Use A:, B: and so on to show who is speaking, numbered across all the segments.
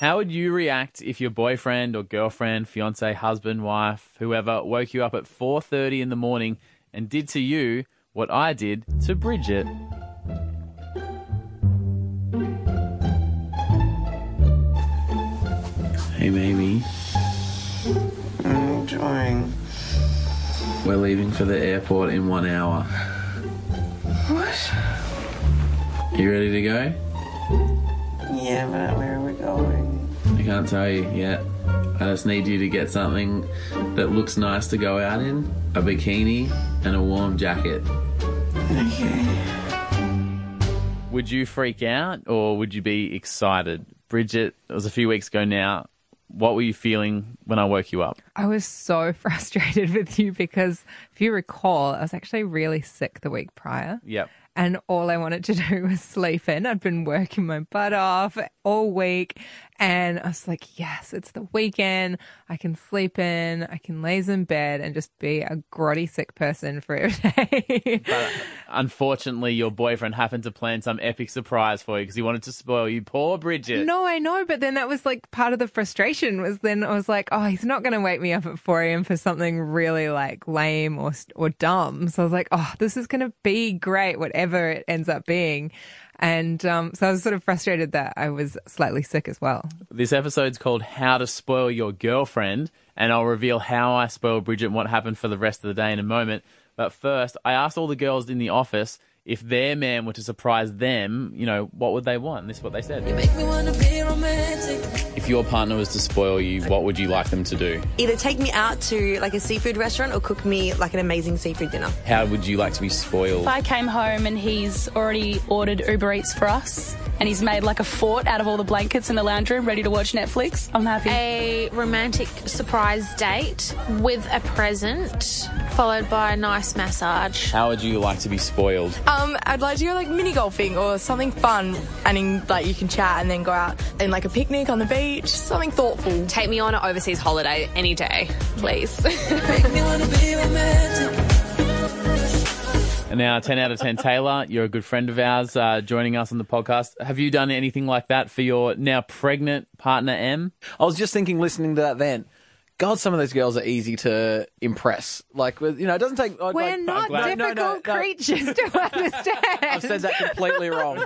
A: How would you react if your boyfriend or girlfriend, fiance, husband, wife, whoever woke you up at 4:30 in the morning and did to you what I did to Bridget?
B: Hey, Mamie.
C: I'm trying.
B: We're leaving for the airport in one hour.
C: What?
B: You ready to go?
C: Yeah, but where are we going?
B: I can't tell you yet. I just need you to get something that looks nice to go out in a bikini and a warm jacket.
C: Okay.
A: Would you freak out or would you be excited? Bridget, it was a few weeks ago now. What were you feeling when I woke you up?
D: I was so frustrated with you because if you recall, I was actually really sick the week prior.
A: Yep.
D: And all I wanted to do was sleep in. I'd been working my butt off all week. And I was like, yes, it's the weekend. I can sleep in. I can laze in bed and just be a grotty sick person for a day.
A: Unfortunately, your boyfriend happened to plan some epic surprise for you because he wanted to spoil you. Poor Bridget.
D: No, I know, but then that was like part of the frustration was then I was like, oh, he's not going to wake me up at 4 a.m. for something really like lame or or dumb. So I was like, oh, this is going to be great, whatever it ends up being. And um, so I was sort of frustrated that I was slightly sick as well.
A: This episode's called How to Spoil Your Girlfriend, and I'll reveal how I spoiled Bridget and what happened for the rest of the day in a moment. But first, I asked all the girls in the office if their man were to surprise them, you know, what would they want? And this is what they said.
E: Make me wanna be romantic.
A: If your partner was to spoil you, what would you like them to do?
F: Either take me out to like a seafood restaurant or cook me like an amazing seafood dinner.
A: How would you like to be spoiled?
G: I came home and he's already ordered Uber Eats for us, and he's made like a fort out of all the blankets in the lounge room, ready to watch Netflix. I'm happy.
H: a romantic surprise date with a present, followed by a nice massage.
A: How would you like to be spoiled?
I: Um, I'd like to go like mini golfing or something fun, and in, like you can chat and then go out and like a picnic on the beach, something thoughtful.
J: Take me on an overseas holiday any day, please.
E: Make me wanna be romantic.
A: And now, 10 out of 10, Taylor, you're a good friend of ours uh, joining us on the podcast. Have you done anything like that for your now pregnant partner, M?
K: I was just thinking, listening to that then. God, some of those girls are easy to impress. Like, with- you know, it doesn't take. I'd
D: We're
K: like-
D: not
K: No, no,
D: difficult
K: no, no.
D: creatures to understand.
K: I've said that completely wrong.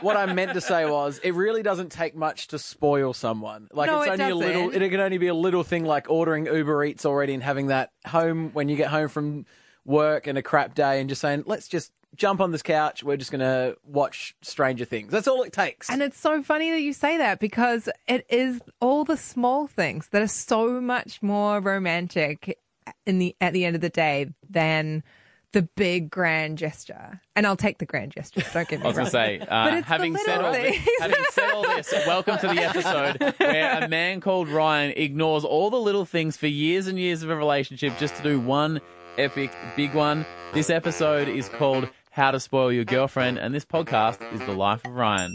K: what I meant to say was, it really doesn't take much to spoil someone. Like,
D: No,
K: it's
D: it
K: only a little.
D: doesn't.
K: It can only be a little thing like ordering Uber Eats already and having that home when you get home from work and a crap day, and just saying, "Let's just jump on this couch. We're just gonna watch Stranger Things." That's all it takes.
D: And it's so funny that you say that because it is all the small things that are so much more romantic in the at the end of the day than the big grand gesture. And I'll take the grand gesture. Don't get me
A: I was
D: wrong.
A: going to say,
D: But
A: uh,
D: it's the
A: having, said
D: little
A: all this,
D: things.
A: having said all this, welcome to the episode where a man called Ryan ignores all the little things for years and years of a relationship just to do one epic big one. This episode is called How to Spoil Your Girlfriend, and this podcast is The Life of Ryan.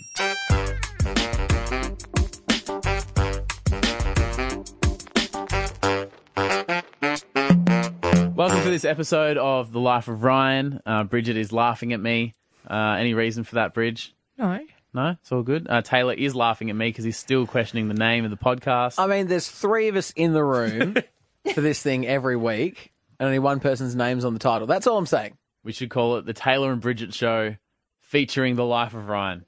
A: Welcome to this episode of The Life of Ryan. Uh, Bridget is laughing at me. Uh, any reason for that, Bridge?
D: No.
A: No, it's all good. Uh, Taylor is laughing at me because he's still questioning the name of the podcast.
K: I mean, there's three of us in the room for this thing every week, and only one person's name's on the title. That's all I'm saying.
A: we should call it the Taylor and Bridget Show, featuring the life of Ryan.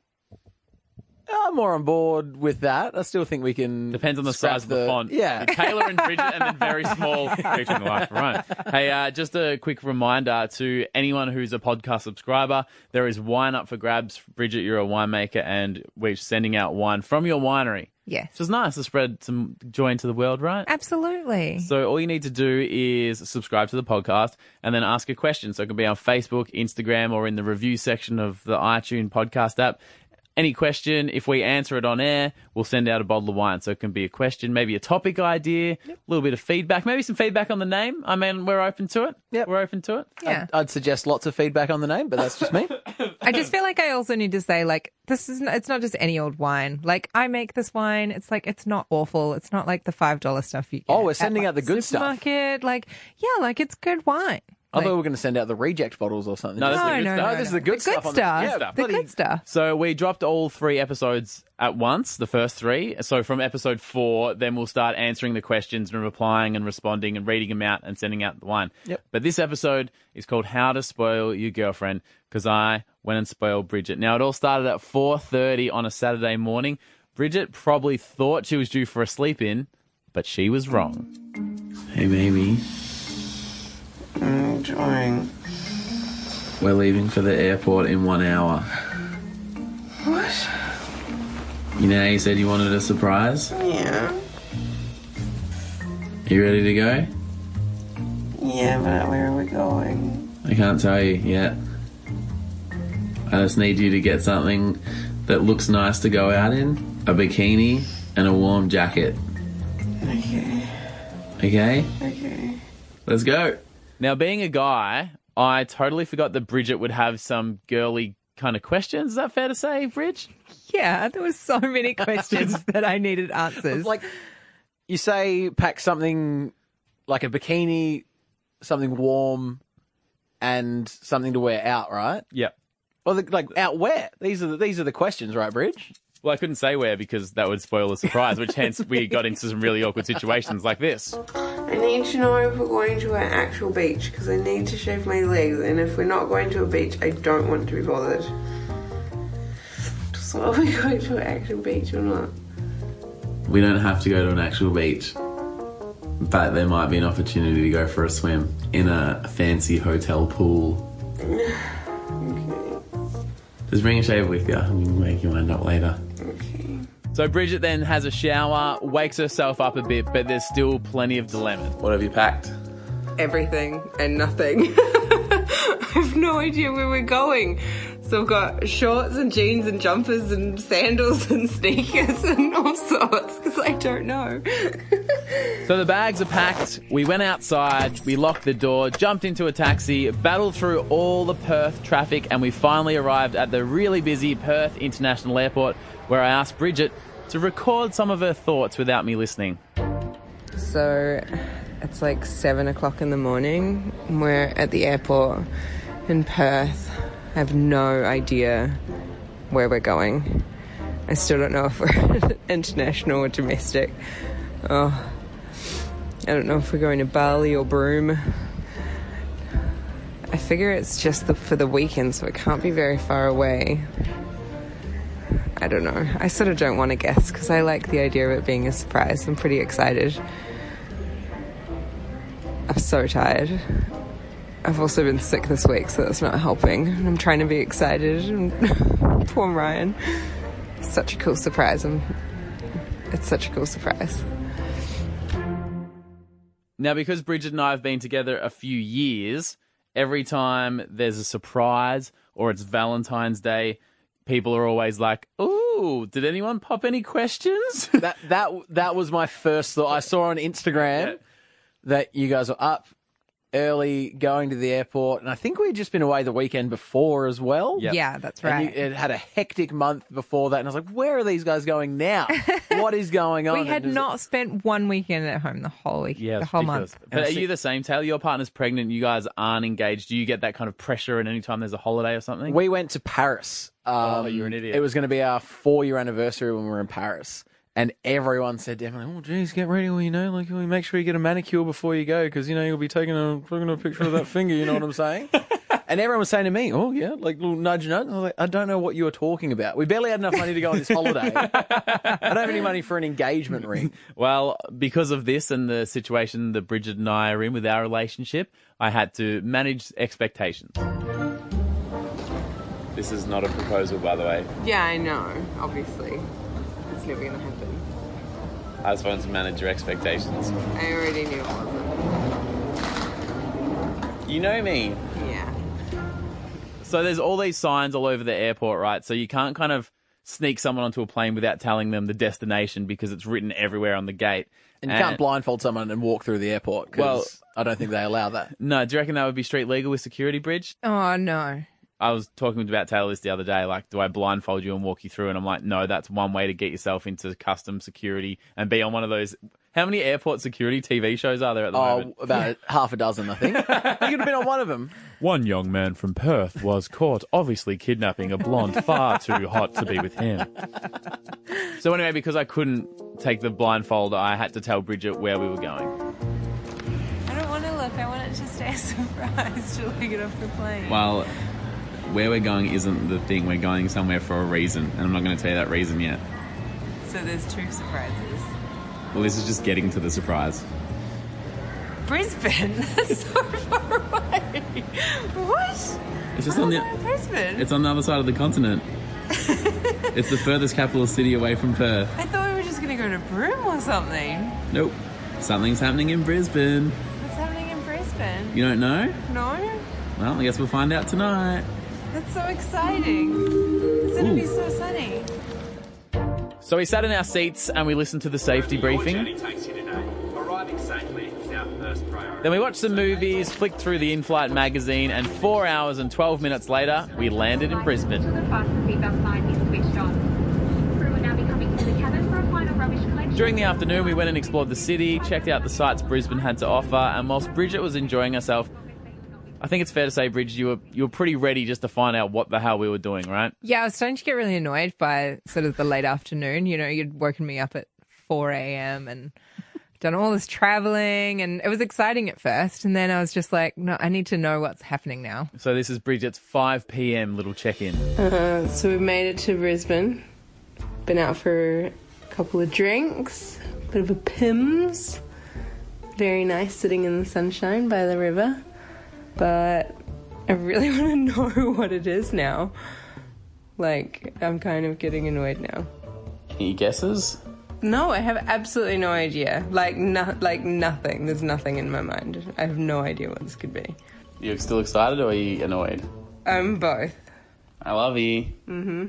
K: I'm more on board with that. I still think we can.
A: Depends on the
K: scrap
A: size of the, font.
K: Yeah.
A: The Taylor and Bridget, and then very small featuring the life of Ryan. Hey, uh, just a quick reminder to anyone who's a podcast subscriber: there is wine up for grabs. Bridget, you're a winemaker, and we're sending out wine from your winery.
D: Yes.
A: Which is nice to spread some joy into the world, right?
D: Absolutely.
A: So all you need to do is subscribe to the podcast and then ask a question. So it can be on Facebook, Instagram, or in the review section of the iTunes podcast app. Any question, if we answer it on air, we'll send out a bottle of wine. So it can be a question, maybe a topic idea, a little bit of feedback, maybe some feedback on the name. I mean, we're open to it.
K: Yep.
A: We're open to it.
D: yeah.
K: I'd suggest lots of feedback on the name, but that's just me.
D: I just feel like I also need to say like this is not, it's not just any old wine. Like I make this wine. It's like it's not awful. It's not like the five dollar stuff you. Get
K: Oh, we're
D: at,
K: sending
D: like,
K: out the good stuff.
D: supermarket. Like yeah, like it's good wine.
K: I thought we were going to send out the reject bottles or something.
A: No, that's the No, good no, stuff.
C: Oh,
A: no,
K: this is
A: no.
K: the good
A: The good
K: stuff. on
A: stuff.
K: yeah,
A: The good
K: bloody-
D: stuff.
A: So we dropped all three episodes at once, the first three. So from episode four, then we'll start answering the questions and replying and responding and reading them out and sending out the wine.
K: Yep.
A: But this episode is called "How to Spoil Your Girlfriend" because I went and spoiled Bridget. Now it all started at four thirty on a Saturday morning. Bridget probably thought she was due for a sleep in, but she was wrong.
B: Hey, baby.
C: I'm enjoying.
B: We're leaving for the airport in one hour.
C: What?
B: You know how you said you wanted a surprise?
C: Yeah.
B: You ready to go?
C: Yeah, but where are we going?
B: I can't tell you yet. I just need you to get something that looks nice to go out in a bikini and a warm jacket.
C: Okay.
B: Okay?
C: Okay.
A: Let's go. Now, being a guy, I totally forgot that Bridget would have some girly kind of questions. Is that fair to say, Bridge?
D: Yeah, there was so many questions that I needed answers.
K: Like you say, pack something like a bikini, something warm, and something to wear out, right?
A: Yep.
K: Well, the, like out where? These are the, these are the questions, right, Bridge?
A: Well, I couldn't say where because that would spoil the surprise, which hence we got into some really awkward situations like this.
C: I need to know if we're going to an actual beach because I need to shave my legs, and if we're not going to a beach, I don't want to be bothered. So, are we going to an actual beach or not?
B: We don't have to go to an actual beach, but there might be an opportunity to go for a swim in a fancy hotel pool. Just bring a shaver with you. and You can make your mind up later.
A: So Bridget then has a shower, wakes herself up a bit, but there's still plenty of dilemma.
B: What have you packed?
C: everything and nothing. I have no idea where we're going. So I've got shorts and jeans and jumpers and sandals and sneakers and all sorts because I don't know.
A: So the bags are packed. We went outside, we locked the door, jumped into a taxi, battled through all the Perth traffic, and we finally arrived at the really busy Perth International Airport where I asked Bridget to record some of her thoughts without me listening.
C: So it's like seven o'clock in the morning. We're at the airport in Perth. I have no idea where we're going. I still don't know if we're international or domestic. Oh, I don't know if we're going to Bali or Broome. I figure it's just the, for the weekend, so it can't be very far away. I don't know. I sort of don't want to guess because I like the idea of it being a surprise. I'm pretty excited. I'm so tired. I've also been sick this week, so that's not helping. And I'm trying to be excited. And poor Ryan. Such a cool surprise. I'm, it's such a cool surprise.
A: Now, because Bridget and I have been together a few years, every time there's a surprise or it's Valentine's Day, people are always like, Ooh, did anyone pop any questions?
K: that that that was my first thought. I saw on Instagram that you guys were up early going to the airport, and I think we'd just been away the weekend before as well.
D: Yep. Yeah, that's
K: And you-
D: right.
K: it had a hectic month before that, and I was like, "Where are these guys going now? what is going on?"
D: we had
K: And it was-
D: not spent one weekend at home the whole week,
A: Yeah,
D: the
A: it's
D: whole
A: ridiculous.
D: month.
A: But are you the same, Taylor? Your partner's pregnant. You guys aren't engaged. Do you get that kind of pressure at any time there's a holiday or something?
K: We went to Paris. Um,
A: Oh, you're an idiot.
K: It was going to be our four-year anniversary when we were in Paris, and everyone said to Emily, "Oh, geez, get ready. Well, you know, like, we make sure you get a manicure before you go because you know you'll be taking a taking a picture of that finger. You know what I'm saying?" And everyone was saying to me, "Oh yeah, like little nudge, nudge." I was like, "I don't know what you were talking about. We barely had enough money to go on this holiday. I don't have any money for an engagement ring."
A: Well, because of this and the situation that Bridget and I are in with our relationship, I had to manage expectations. This is not a proposal, by the way.
C: Yeah, I know, obviously. It's never going to happen.
A: I just wanted to manage your expectations.
C: I already knew it wasn't.
A: You know me.
C: Yeah.
A: So there's all these signs all over the airport, right? So you can't kind of sneak someone onto a plane without telling them the destination because it's written everywhere on the gate.
K: And you can't blindfold someone and walk through the airport because
A: Well-
K: I don't think they allow that.
A: No, do you reckon that would be street legal with security bridge?
D: Oh no.
A: I was talking about Taylor this the other day. Like, do I blindfold you and walk you through? And I'm like, no, that's one way to get yourself into custom security and be on one of those. How many airport security TV shows are there at the
L: Oh,
A: moment?
L: about half a dozen, I think. I think you'd have been on one of them.
A: One young man from Perth was caught obviously kidnapping a blonde far too hot to be with him. So, anyway, because I couldn't take the blindfold, I had to tell Bridget where we were going.
M: I don't want to look. I want it to stay a surprise till we get off the plane.
N: Well, where we're going isn't the thing. We're going somewhere for a reason, and I'm not going to tell you that reason yet.
M: So there's two surprises.
N: Well, this is just getting to the surprise.
M: Brisbane? That's so far away. What?
N: It's just
M: I
N: on
M: don't
N: the-
M: know Brisbane.
N: It's on the other side of the continent. it's the furthest capital city away from Perth.
M: I thought we were just going to go to Broome or something.
N: Nope. Something's happening in Brisbane.
M: What's happening in Brisbane?
N: You don't know?
M: No?
N: Well, I guess we'll find out tonight.
M: That's so exciting. It's going to be so sunny.
A: So, we sat in our seats and we listened to the safety briefing.
K: takes you today. Arriving safely is our first priority.
A: Then we watched some movies, flicked through the in flight magazine, and four hours and 12 minutes later, we landed in Brisbane. During the afternoon, we went and explored the city, checked out the sights Brisbane had to offer, and whilst Bridget was enjoying herself, I think it's fair to say, Bridget, you were, you were pretty ready just to find out what the hell we were doing, right?
M: Yeah, I was starting to get really annoyed by sort of the late afternoon. You know, you'd woken me up at 4 a.m. and done all this traveling, and it was exciting at first. And then I was just like, no, I need to know what's happening now.
A: So this is Bridget's 5 p.m. little check in.
D: Uh, so we've made it to Brisbane. Been out for a couple of drinks, bit of a pims. Very nice sitting in the sunshine by the river. But I really want to know what it is now. Like, I'm kind of getting annoyed now.
N: Any guesses?
D: No, I have absolutely no idea. Like, no, like nothing. There's nothing in my mind. I have no idea what this could be.
A: You're still excited or are you annoyed?
D: I'm both.
A: I love you.
D: Mm-hmm.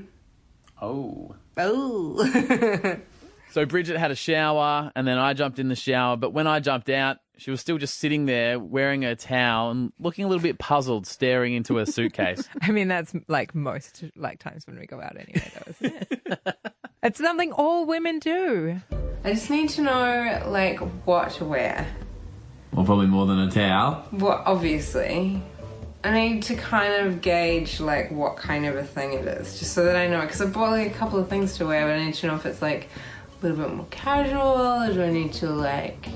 A: Oh.
D: Oh.
A: So Bridget had a shower, and then I jumped in the shower. But when I jumped out, she was still just sitting there wearing her towel and looking a little bit puzzled, staring into her suitcase.
M: I mean, that's like most like times when we go out anyway, though, isn't it? it's something all women do.
D: I just need to know, like, what to wear.
N: Well, probably more than a towel.
D: Well, obviously. I need to kind of gauge like what kind of a thing it is, just so that I know. Because I bought like a couple of things to wear, but I need to know if it's like a little bit more casual, or do I need to like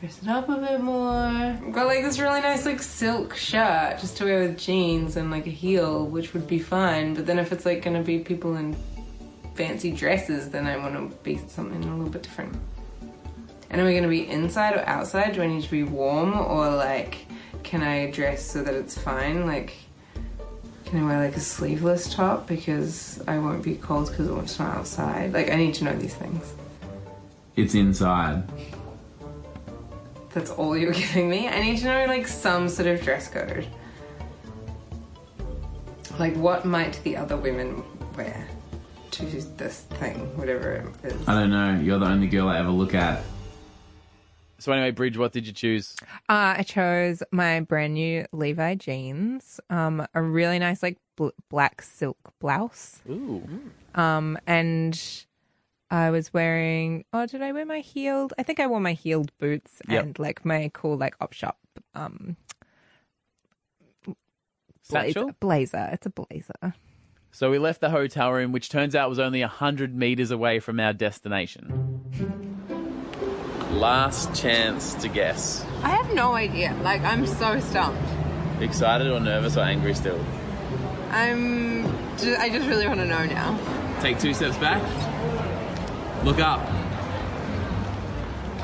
D: dress it up a bit more? I've got like this really nice like silk shirt just to wear with jeans and like a heel, which would be fine. But then if it's like gonna be people in fancy dresses, then I want to be something a little bit different. And are we gonna be inside or outside? Do I need to be warm or like can I dress so that it's fine? Like can I wear like a sleeveless top because I won't be cold because it's not outside? Like I need to know these things.
N: It's inside.
D: That's all you're giving me. I need to know like some sort of dress code. Like what might the other women wear to this thing, whatever it is.
N: I don't know. You're the only girl I ever look at.
A: so anyway, Bridge, what did you choose?
M: Uh, I chose my brand new Levi jeans, um, a really nice like bl- black silk blouse.
A: Ooh.
M: Um, and I was wearing. Oh, did I wear my heeled? I think I wore my heeled boots
A: Yep.
M: and like my cool like op shop um
A: Satchel?
M: blazer. blazer. It's a blazer.
A: So we left the hotel room, which turns out was only 100 meters away from our destination. Last chance to guess.
D: I have no idea. Like I'm so stumped.
A: Excited or nervous or angry still?
D: I'm. ju- I just really want to know now.
N: Take two steps back. Look up.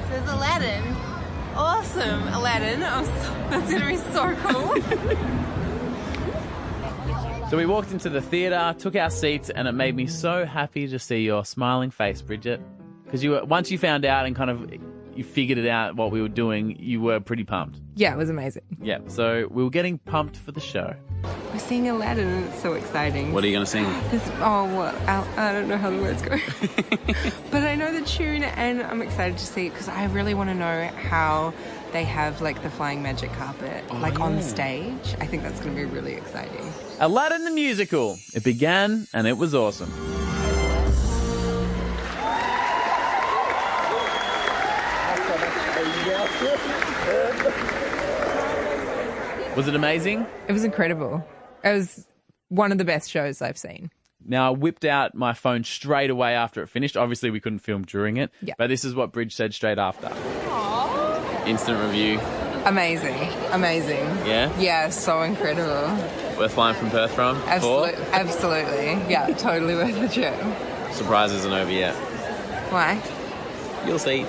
D: Says Aladdin. Awesome, Aladdin. I'm so, that's gonna be so cool.
A: So we walked into the theatre, took our seats, and it made me so happy to see your smiling face, Bridget. Because you were, once you found out and kind of you figured it out what we were doing, you were pretty pumped.
M: Yeah, it was amazing.
A: Yeah. So we were getting pumped for the show.
C: We're seeing Aladdin and it's so exciting.
B: What are you going to sing?
C: This, oh, well, I, I don't know how the words go. but I know the tune and I'm excited to see it because I really want to know how they have like the flying magic carpet
A: Oh,
C: like on
A: yeah.
C: stage. I think that's going to be really exciting.
A: Aladdin the musical. It began and it was awesome. Was it amazing?
D: It was incredible. It was one of the best shows I've seen.
A: Now, I whipped out my phone straight away after it finished. Obviously, we couldn't film during it,
D: Yeah.
A: but this is what Bridge said straight after. Instant review.
C: Amazing. Amazing.
A: Yeah?
C: Yeah, so incredible.
A: We're flying from Perth from.
C: Absolutely. Absolutely. Yeah, totally worth the trip.
A: Four. Surprise isn't over yet.
C: Why?
A: You'll see.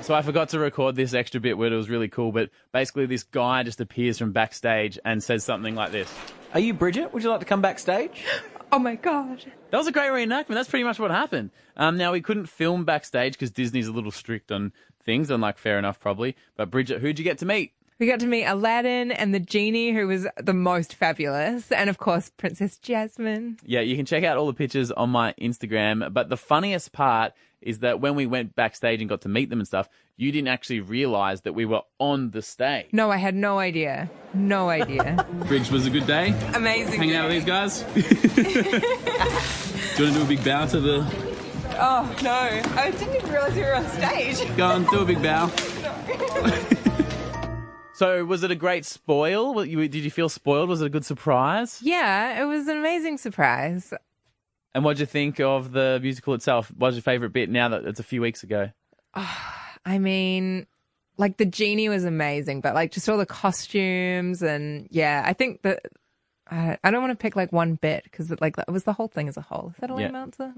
A: So I forgot to record this extra bit where it was really cool, but basically this guy just appears from backstage and says something like this. Are you Bridget? Would you like to come backstage?
D: Oh my god.
A: That was a great reenactment. That's pretty much what happened. Um, now we couldn't film backstage because Disney's a little strict on things, and like fair enough probably. But Bridget, who'd you get to meet?
D: We got to meet Aladdin and the genie, who was the most fabulous, and of course Princess Jasmine.
A: Yeah, you can check out all the pictures on my Instagram. But the funniest part is that when we went backstage and got to meet them and stuff, you didn't actually realize that we were on the stage.
D: No, I had no idea. No idea.
B: Bridge was a good day.
C: Amazing.
B: Hanging out with these guys. do you want to do a big bow to the?
C: Oh no, I didn't even realize we were on stage.
B: Go on, do a big bow.
A: So was it a great spoil? Were you- Did you feel spoiled? Was it a good surprise?
D: yeah, it was an amazing surprise.
A: And what'd you think of the musical itself? What was your favorite bit now that it's a few weeks ago?
D: I mean, like the genie was amazing, but like just all the costumes and yeah, I think that I, I don't want to pick like one bit because like that was the whole thing as a whole. Is that a lame
A: Yeah.
D: answer?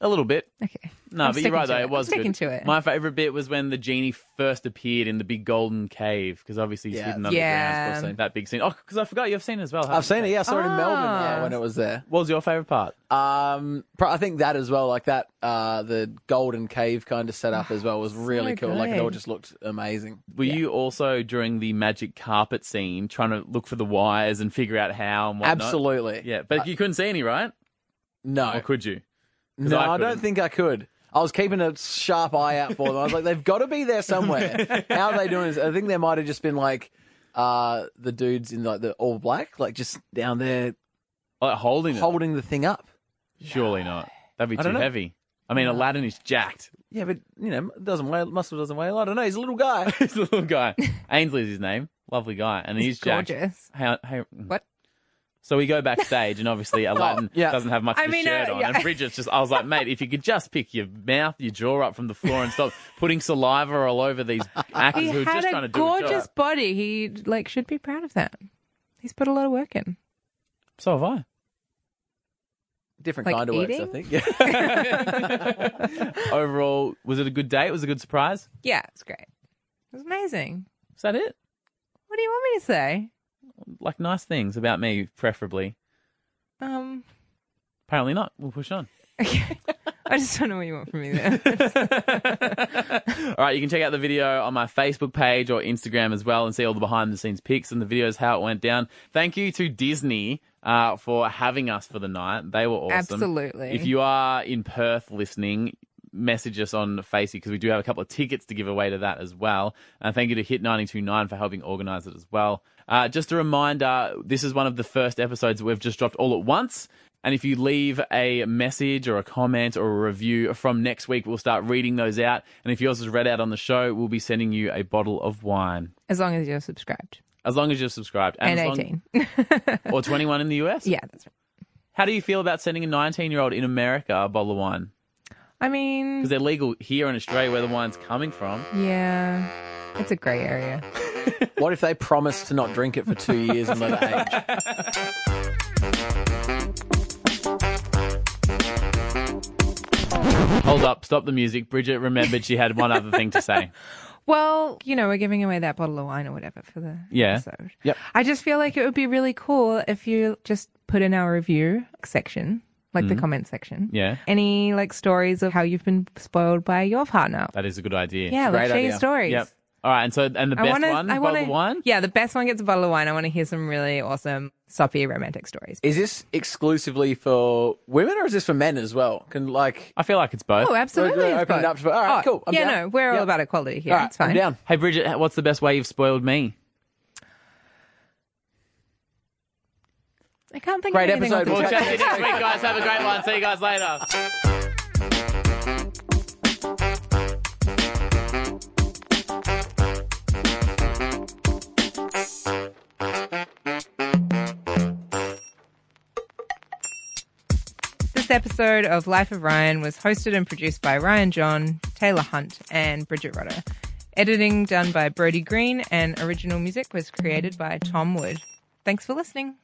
A: A little bit.
D: Okay.
A: No,
D: I'm
A: but you're
D: sticking
A: right
D: to
A: though.
D: it.
A: It,
D: I'm
A: was
D: sticking
A: good.
D: to it.
A: My favorite bit was when the genie first appeared in the big golden cave because obviously he's
K: Yeah.
A: hidden underground.
K: Yeah.
A: So that big scene. Oh, because I forgot you've seen it as well. haven't
K: I've
A: you?
K: seen it. Yeah, I saw
A: Ah.
K: it in Melbourne yeah, when it was there.
A: What was your favourite part?
K: Um, pro- I think that as well, like that, uh, the golden cave kind of setup as well was really cool. Like it all
A: Oh, good.
K: just looked amazing.
A: Were you also during the magic carpet scene trying to look for the wires and figure out how and whatnot?
K: Absolutely. Uh,
A: Yeah, but you couldn't see any, right?
K: No.
A: Or could you? 'Cause
K: No, I, don't
A: couldn't.
K: think I could. I was keeping a sharp eye out for them. I was like, they've got to be there somewhere. How are they doing this? I think there might have just been like uh, the dudes in like the all black, like just down there
A: like holding
K: holding the thing up.
A: Surely not. That'd be
K: I
A: too
K: don't know.
A: heavy. I mean, Aladdin is jacked.
K: Yeah, but you know, doesn't weigh muscle doesn't weigh a lot. I don't know. He's a little guy.
A: he's a little guy. Ainsley's his name. Lovely guy, and he's,
K: He's
A: jacked.
K: gorgeous.
A: How, how, hmm.
D: what? Oh,
A: So we go backstage, and obviously Aladdin doesn't have much of
D: I
A: a
D: mean,
A: shirt
D: uh,
A: on.
D: yeah.
A: And Bridget's just, I was like, mate, if you could just pick your mouth, your jaw up from the floor, and stop putting saliva all over these actors
D: He
A: who are
D: had
A: just trying
D: a
A: to do a
D: gorgeous
A: job.
D: body. He like should be proud of that. He's put a lot of work in.
A: So have I.
K: Different
D: Like
K: kind of
D: eating?
K: works, I think. Yeah.
A: Overall, was it a good day? It was a good surprise.
D: Yeah, it's great. It was amazing.
A: Is that it?
D: What do you want me to say?
A: Like nice things about me, preferably.
D: Um,
A: Apparently not. We'll push on.
D: I just don't know what you want from me there.
A: All right, you can check out the video on my Facebook page or Instagram as well and see all the behind the scenes pics and the videos how it went down. Thank you to Disney uh, for having us for the night. They were awesome.
D: Absolutely.
A: If you are in Perth listening, message us on Facey because we do have a couple of tickets to give away to that as well. And thank you to Hit 929 for helping organize it as well. Uh, just a reminder this is one of the first episodes we've just dropped all at once. And if you leave a message or a comment or a review from next week, we'll start reading those out. And if yours is read out on the show, we'll be sending you a bottle of wine.
D: as long as you're subscribed
A: As long as you're subscribed.
D: and,
A: as long-
D: 18.
A: or 21 in the US?
D: Yeah, that's right.
A: How do you feel about sending a 19 year old in America a bottle of wine?
D: I mean,
A: Because they're legal here in Australia where the wine's coming from.
D: yeah, it's a grey area.
K: What if they promised to not drink it for two years and let it age?
A: Hold up, stop the music. Bridget remembered she had one other thing to say.
D: Well, you know, we're giving away that bottle of wine or whatever for the
A: Yeah.
D: episode.
A: Yep.
D: I just feel like it would be really cool if you just put in our review section, like the
A: Mhm.
D: comment section.
A: Yeah.
D: Any like stories of how you've been spoiled by your partner.
A: That is a good idea.
D: Yeah, let's share your stories.
A: Yep. All right, and so and the
D: I
A: best
D: wanna,
A: one,
D: I
A: bottle
D: wanna,
A: of wine.
D: Yeah, the best one gets a bottle of wine. I want to hear some really awesome soppy romantic stories.
K: Is this exclusively for women or is this for men as well? Can like
A: I feel like it's both.
D: Oh, absolutely,
K: We're,
D: it's
K: open it
D: both.
K: up to, all right,
D: Oh,
K: cool. I'm
D: yeah,
K: down.
D: no, we're all
K: Yep.
D: about equality here.
K: All right,
D: it's fine.
K: I'm down.
A: Hey, Bridget, what's the best way you've spoiled me?
D: I can't think
A: Great
D: of anything.
A: episode.
D: off
A: We'll
D: the top
A: chat to you next week, guys. Have a great one. See you guys later.
D: This episode of Life of Ryan was hosted and produced by Ryan John, Taylor Hunt, and Bridget Rotter. Editing done by Brody Green, and original music was created by Tom Wood. Thanks for listening.